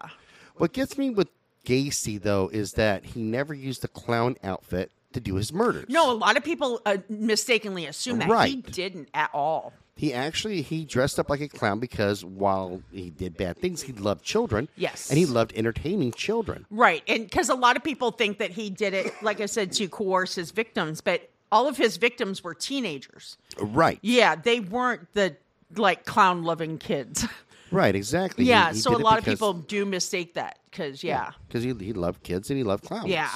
S1: What gets me with Gacy though is that he never used the clown outfit to do his murders.
S2: No, a lot of people uh, mistakenly assume that he
S1: Right.
S2: didn't at all.
S1: he actually he dressed up like a clown because while he did bad things, he loved children.
S2: Yes.
S1: and he loved entertaining children.
S2: Right. And because a lot of people think that he did it, like I said, to coerce his victims, but all of his victims were teenagers.
S1: Right,
S2: Yeah, they weren't the like clown loving kids.
S1: right, exactly. He-
S2: yeah,
S1: he
S2: so
S1: did
S2: a
S1: it
S2: lot of
S1: because-
S2: people do mistake that because yeah,
S1: because he he loved kids and he loved clowns.
S2: yeah,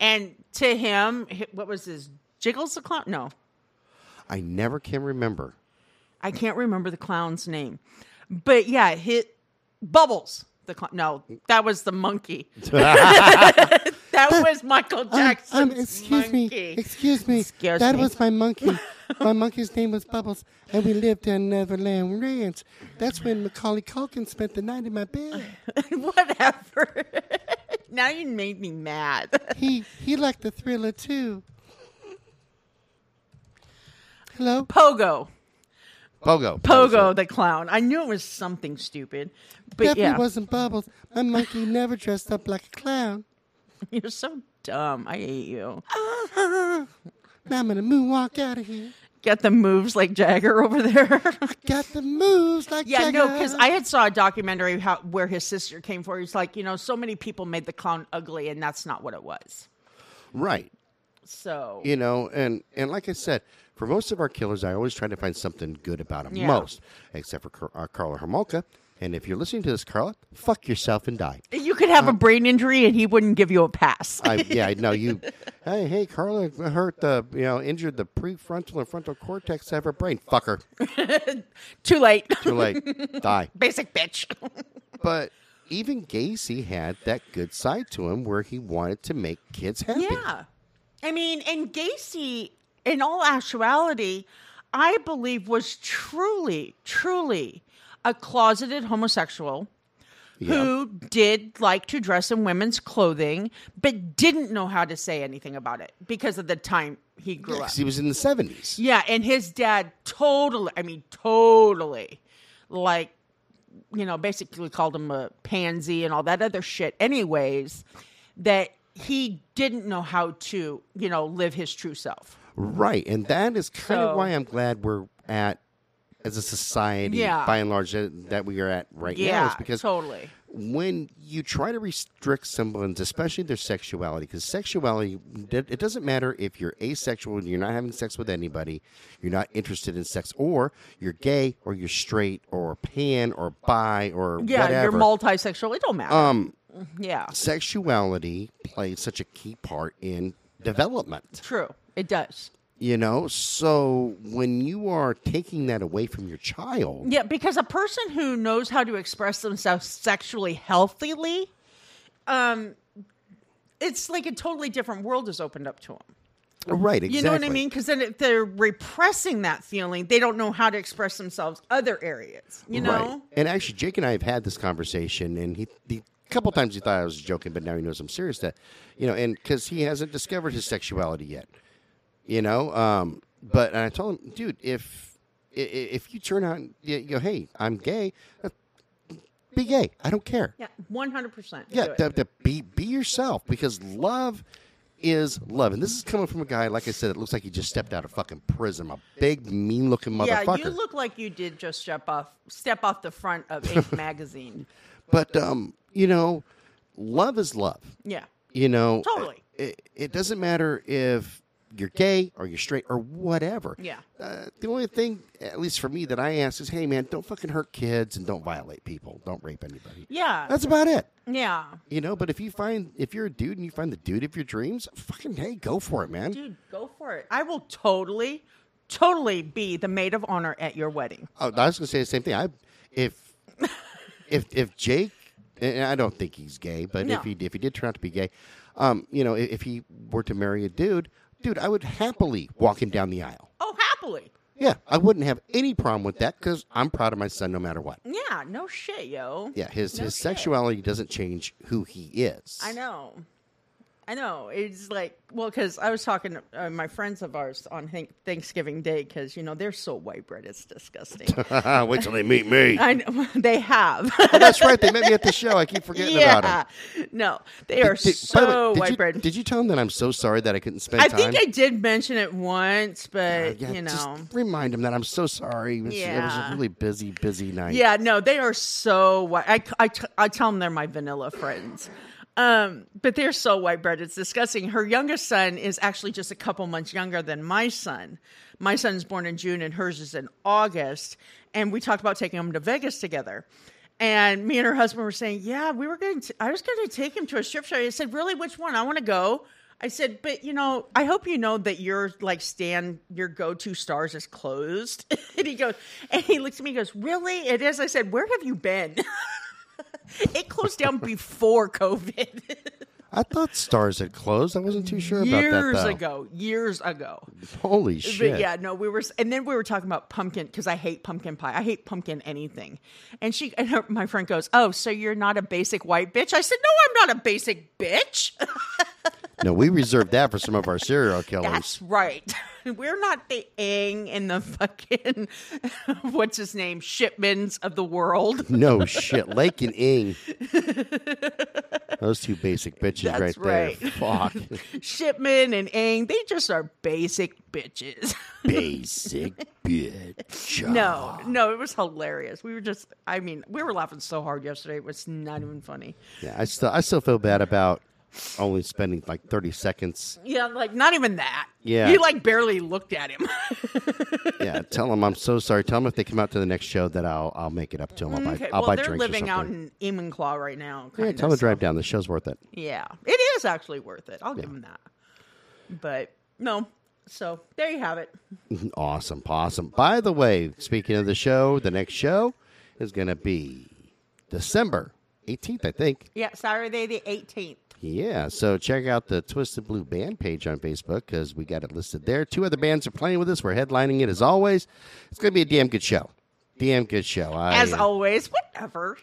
S2: and to him, hi- what was his Jiggles the clown? No,
S1: I never can remember.
S2: I can't remember the clown's name, but yeah, hit Bubbles the clown. No, that was the monkey. that was Michael Jackson's
S1: Um, excuse me.
S2: monkey.
S1: Excuse me.
S2: Excuse
S1: that
S2: me.
S1: was my monkey. my monkey's name was Bubbles, and we lived in Neverland Ranch. That's when Macaulay Culkin spent the night in my bed.
S2: Whatever. now you made me mad.
S1: He he liked the thriller too. Hello,
S2: Pogo.
S1: Pogo.
S2: Pogo the clown. I knew it was something stupid. But
S1: Definitely
S2: yeah,
S1: wasn't Bubbles. My monkey never dressed up like a clown.
S2: you're so dumb. I hate you.
S1: Now I'm gonna moonwalk out of here.
S2: Get the moves like Jagger over there.
S1: Got the moves like
S2: yeah,
S1: Jagger.
S2: no, because I had saw a documentary how, where his sister came for. He's like, you know, so many people made the clown ugly, and that's not what it was.
S1: right.
S2: So
S1: you know and and like i said for most of our killers i always try to find something good about them
S2: Yeah.
S1: most except for Car- uh, carla hermolka and if you're listening to this carla fuck yourself and die
S2: you could
S1: Uh,
S2: have a brain injury, and he wouldn't give you a pass.
S1: I, yeah, I know you. Hey, hey, Carla hurt the, you know, injured the prefrontal and frontal cortex of her brain. Fuck her.
S2: Too late.
S1: Too late. Die.
S2: Basic bitch.
S1: But even Gacy had that good side to him where he wanted to make kids happy.
S2: Yeah. I mean, and Gacy, in all actuality, I believe was truly, truly a closeted homosexual who did like to dress in women's clothing, but didn't know how to say anything about it because of the time he grew up.
S1: 'Cause he was in the 70s.
S2: Yeah, and his dad totally, I mean, totally, like, you know, basically called him a pansy and all that other shit, anyways, that he didn't know how to, you know, live his true self.
S1: Right. And that is kind of
S2: So-
S1: why I'm glad we're at, as a society,
S2: Yeah.
S1: by and large, that, that we are at right now. Is
S2: Yeah,
S1: because
S2: totally.
S1: when you try to restrict someone's, especially their sexuality, because sexuality, it it doesn't matter if you're asexual and you're not having sex with anybody, you're not interested in sex, or you're gay, or you're straight, or pan, or bi, or
S2: Yeah,
S1: whatever.
S2: you're multisexual. It don't matter. Um, yeah,
S1: sexuality plays such a key part in development.
S2: true. It does.
S1: You know, so when you are taking that away from your child,
S2: Yeah, because a person who knows how to express themselves sexually healthily, um, it's like a totally different world is opened up to them.
S1: right? Exactly.
S2: You know what I mean? Because then if they're repressing that feeling, they don't know how to express themselves other areas. You know?
S1: Right. And actually, Jake and I have had this conversation, and he, he a couple times he thought I was joking, but now he knows I'm serious. That you know, and because he hasn't discovered his sexuality yet, you know. Um, but and I told him, dude, if i- i- if you turn out, you go, hey, I'm gay. uh, Be gay. I don't care.
S2: Yeah, one hundred percent.
S1: Yeah, the, the, be be yourself because love is love, and this is coming from a guy like I said. It looks like he just stepped out of fucking prison. A big, mean-looking
S2: yeah.
S1: motherfucker.
S2: You look like you did just step off, step off the front of Inc. magazine.
S1: but um, you know, love is love.
S2: Yeah,
S1: You know,
S2: Totally.
S1: It, it doesn't matter if you're gay or you're straight or whatever.
S2: Yeah.
S1: Uh, the only thing, at least for me, that I ask is, hey man, don't fucking hurt kids and don't violate people. Don't rape anybody.
S2: yeah,
S1: That's about it.
S2: yeah.
S1: You know, but if you find if you're a dude and you find the dude of your dreams, fucking hey, go for it, man.
S2: Dude, go for it. I will totally, totally be the maid of honor at your wedding.
S1: Oh, I was gonna say the same thing. I if if if Jake, and I don't think he's gay, but
S2: No.
S1: if he if he did turn out to be gay, um, you know, if, if he were to marry a dude, dude, I would happily walk him down the aisle.
S2: Oh, happily.
S1: Yeah, I wouldn't have any problem with that because I'm proud of my son no matter what.
S2: Yeah. No shit, yo.
S1: Yeah, his
S2: No
S1: his
S2: shit.
S1: sexuality doesn't change who he is.
S2: I know. I know. It's like, well, because I was talking to uh, my friends of ours on Hank- Thanksgiving Day because, you know, they're so white bread. It's disgusting.
S1: know. Wait till they meet me.
S2: I know. They have.
S1: Oh, that's right. They met me at the show. I keep forgetting about him.
S2: yeah. No, they are
S1: Did-
S2: so
S1: by the way, did
S2: white
S1: you,
S2: bread.
S1: Did you tell him that I'm so sorry that I couldn't spend
S2: I
S1: time? Uh,
S2: think I did mention it once, but,
S1: Yeah,
S2: you
S1: just
S2: know.
S1: remind him that I'm so sorry. It was, it was a
S2: Yeah.
S1: really busy, busy night.
S2: Yeah, no, they are so white. I, I, t- I tell them they're my vanilla friends. Um, but they're so white bread. It's disgusting. Her youngest son is actually just a couple months younger than my son. My son's born in June and hers is in August. And we talked about taking them to Vegas together. And me and her husband were saying, Yeah, we were going to, I was going to take him to a strip show. I said, Really? Which one? I want to go. I said, but you know, I hope you know that your like stand, your go-to stars is closed. and he goes, and he looks at me, and goes, really? It is. I said, where have you been? it closed down before COVID.
S1: I thought Stars had closed. I wasn't too sure about that.
S2: years
S1: though.
S2: ago. Years ago.
S1: Holy shit!
S2: But yeah, no, we were, and then we were talking about pumpkin because I hate pumpkin pie. I hate pumpkin anything. And she, and her, my friend goes, "Oh, so you're not a basic white bitch?" I said, "No, I'm not a basic bitch.
S1: No, we reserved that for some of our serial
S2: That's
S1: killers.
S2: right. we're not the ang and the fucking what's his name shipments of the world."
S1: no shit, Lake and Ing. Those two basic bitches
S2: That's
S1: right there. Fuck,
S2: Shipman and Ang, they just are basic bitches.
S1: basic bitch.
S2: No, no, it was hilarious. We were just, I mean, we were laughing so hard yesterday. It was not even funny.
S1: Yeah, I still I still feel bad about only spending like thirty seconds.
S2: Yeah, like not even that.
S1: Yeah.
S2: You like barely looked at him.
S1: Yeah, tell them I'm so sorry. Tell them if they come out to the next show that I'll I'll make it up to them. I'll buy,
S2: okay.
S1: I'll
S2: well,
S1: buy
S2: they're
S1: drinks
S2: living
S1: or something.
S2: out in Imanclaw right now.
S1: yeah,
S2: kinda,
S1: tell them to
S2: so-
S1: drive down. The show's worth it.
S2: Yeah. It is actually worth it. I'll give them that. But no. So there you have it.
S1: Awesome possum. By the way, speaking of the show, the next show is going to be December 18th, I think.
S2: Yeah, Saturday the 18th.
S1: Yeah, so check out the Twisted Blue Band page on Facebook because we got it listed there. Two other bands are playing with us. We're headlining it as always. It's going to be a damn good show. Damn good show. I,
S2: As always, whatever.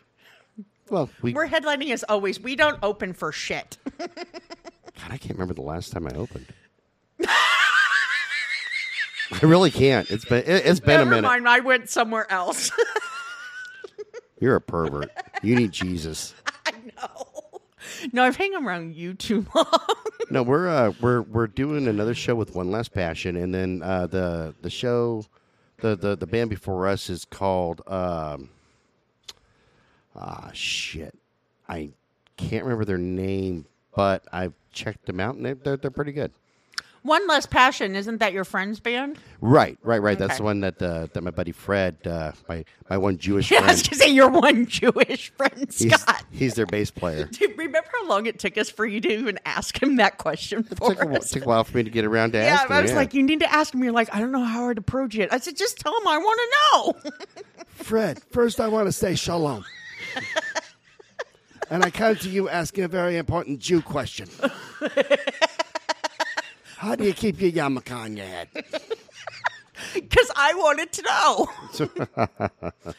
S1: well, we,
S2: We're
S1: God,
S2: headlining as always. We don't open for shit.
S1: I can't remember the last time I opened. I really can't. It's been it, has been a
S2: Never
S1: minute.
S2: mind. I went somewhere else.
S1: You're a pervert. You need Jesus.
S2: I know. No, I've hung around you too long.
S1: No, we're uh, we're we're doing another show with One Last Passion, and then uh, the the show, the, the the band before us is called um, ah shit, I can't remember their name, but I've checked them out and they're they're, they're pretty good.
S2: One Less Passion, isn't that your friend's band?
S1: Right, right, right. That's
S2: Okay.
S1: the one that uh, that my buddy Fred, uh, my my one Jewish
S2: Yeah, I
S1: friend,
S2: was going to say your one Jewish friend,
S1: he's,
S2: Scott.
S1: he's their bass player.
S2: Do you remember how long it took us for you to even ask him that question for
S1: Took a, wh-
S2: us?
S1: took a while for me to get around to
S2: yeah,
S1: asking.
S2: I was
S1: yeah.
S2: like, you need to ask him. You're like, I don't know how I'd approach it. I said, just tell him I want to know.
S3: Fred, first I want to say shalom. and I come to you asking a very important Jew question. How do you keep your yarmulke on your head?
S2: Because I wanted to know.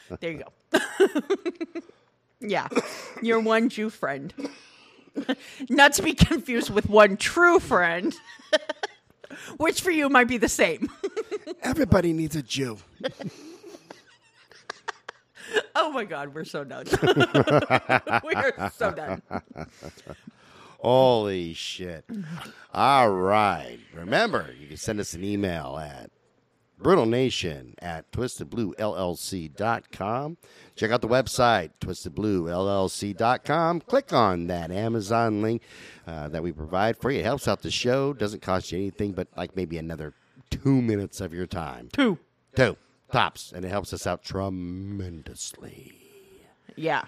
S2: there you go. yeah, your one Jew friend. Not to be confused with one true friend, which for you might be the same.
S3: Everybody needs a Jew.
S2: Oh my God, we're so done. we are so done.
S1: Holy shit. All right. Remember, you can send us an email at brutalnation at twistedbluellc.com. Check out the website, twistedbluellc.com. Click on that Amazon link uh, that we provide for you. It helps out the show, doesn't cost you anything but like maybe another two minutes of your time.
S2: Two.
S1: Two. Tops. And it helps us out tremendously.
S2: Yeah.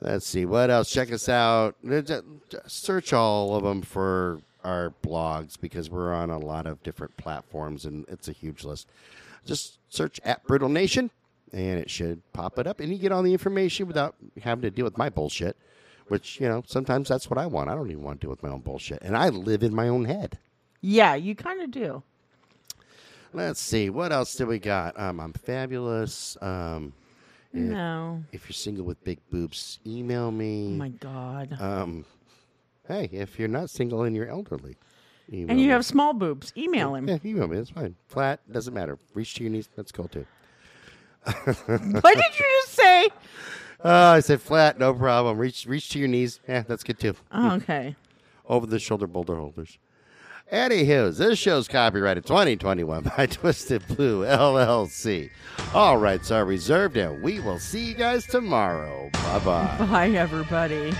S1: Let's see what else. Check us out. Uh, ju- ju- Search all of them for our blogs because we're on a lot of different platforms and it's a huge list. Just search at Brutal Nation and it should pop it up and you get all the information without having to deal with my bullshit, which, you know, sometimes that's what I want. I don't even want to deal with my own bullshit. And I live in my own head.
S2: Yeah, you kind of do.
S1: Let's see. What else do we got? Um, I'm fabulous. Um, and
S2: No.
S1: If you're single with big boobs, email me.
S2: Oh my God.
S1: Um, hey, if you're not single and you're elderly, email
S2: and you
S1: me.
S2: have small boobs. Email him.
S1: yeah, email me. It's fine. Flat doesn't matter. Reach to your knees. That's cool too.
S2: what did you just say?
S1: Uh, I said flat, no problem. Reach, reach to your knees. Yeah, that's good too.
S2: Oh, okay.
S1: Over the shoulder boulder holders. Anywho, this show's copyrighted 2021 by Twisted Blue LLC. All rights are reserved, and we will see you guys tomorrow. Bye bye.
S2: Bye, everybody.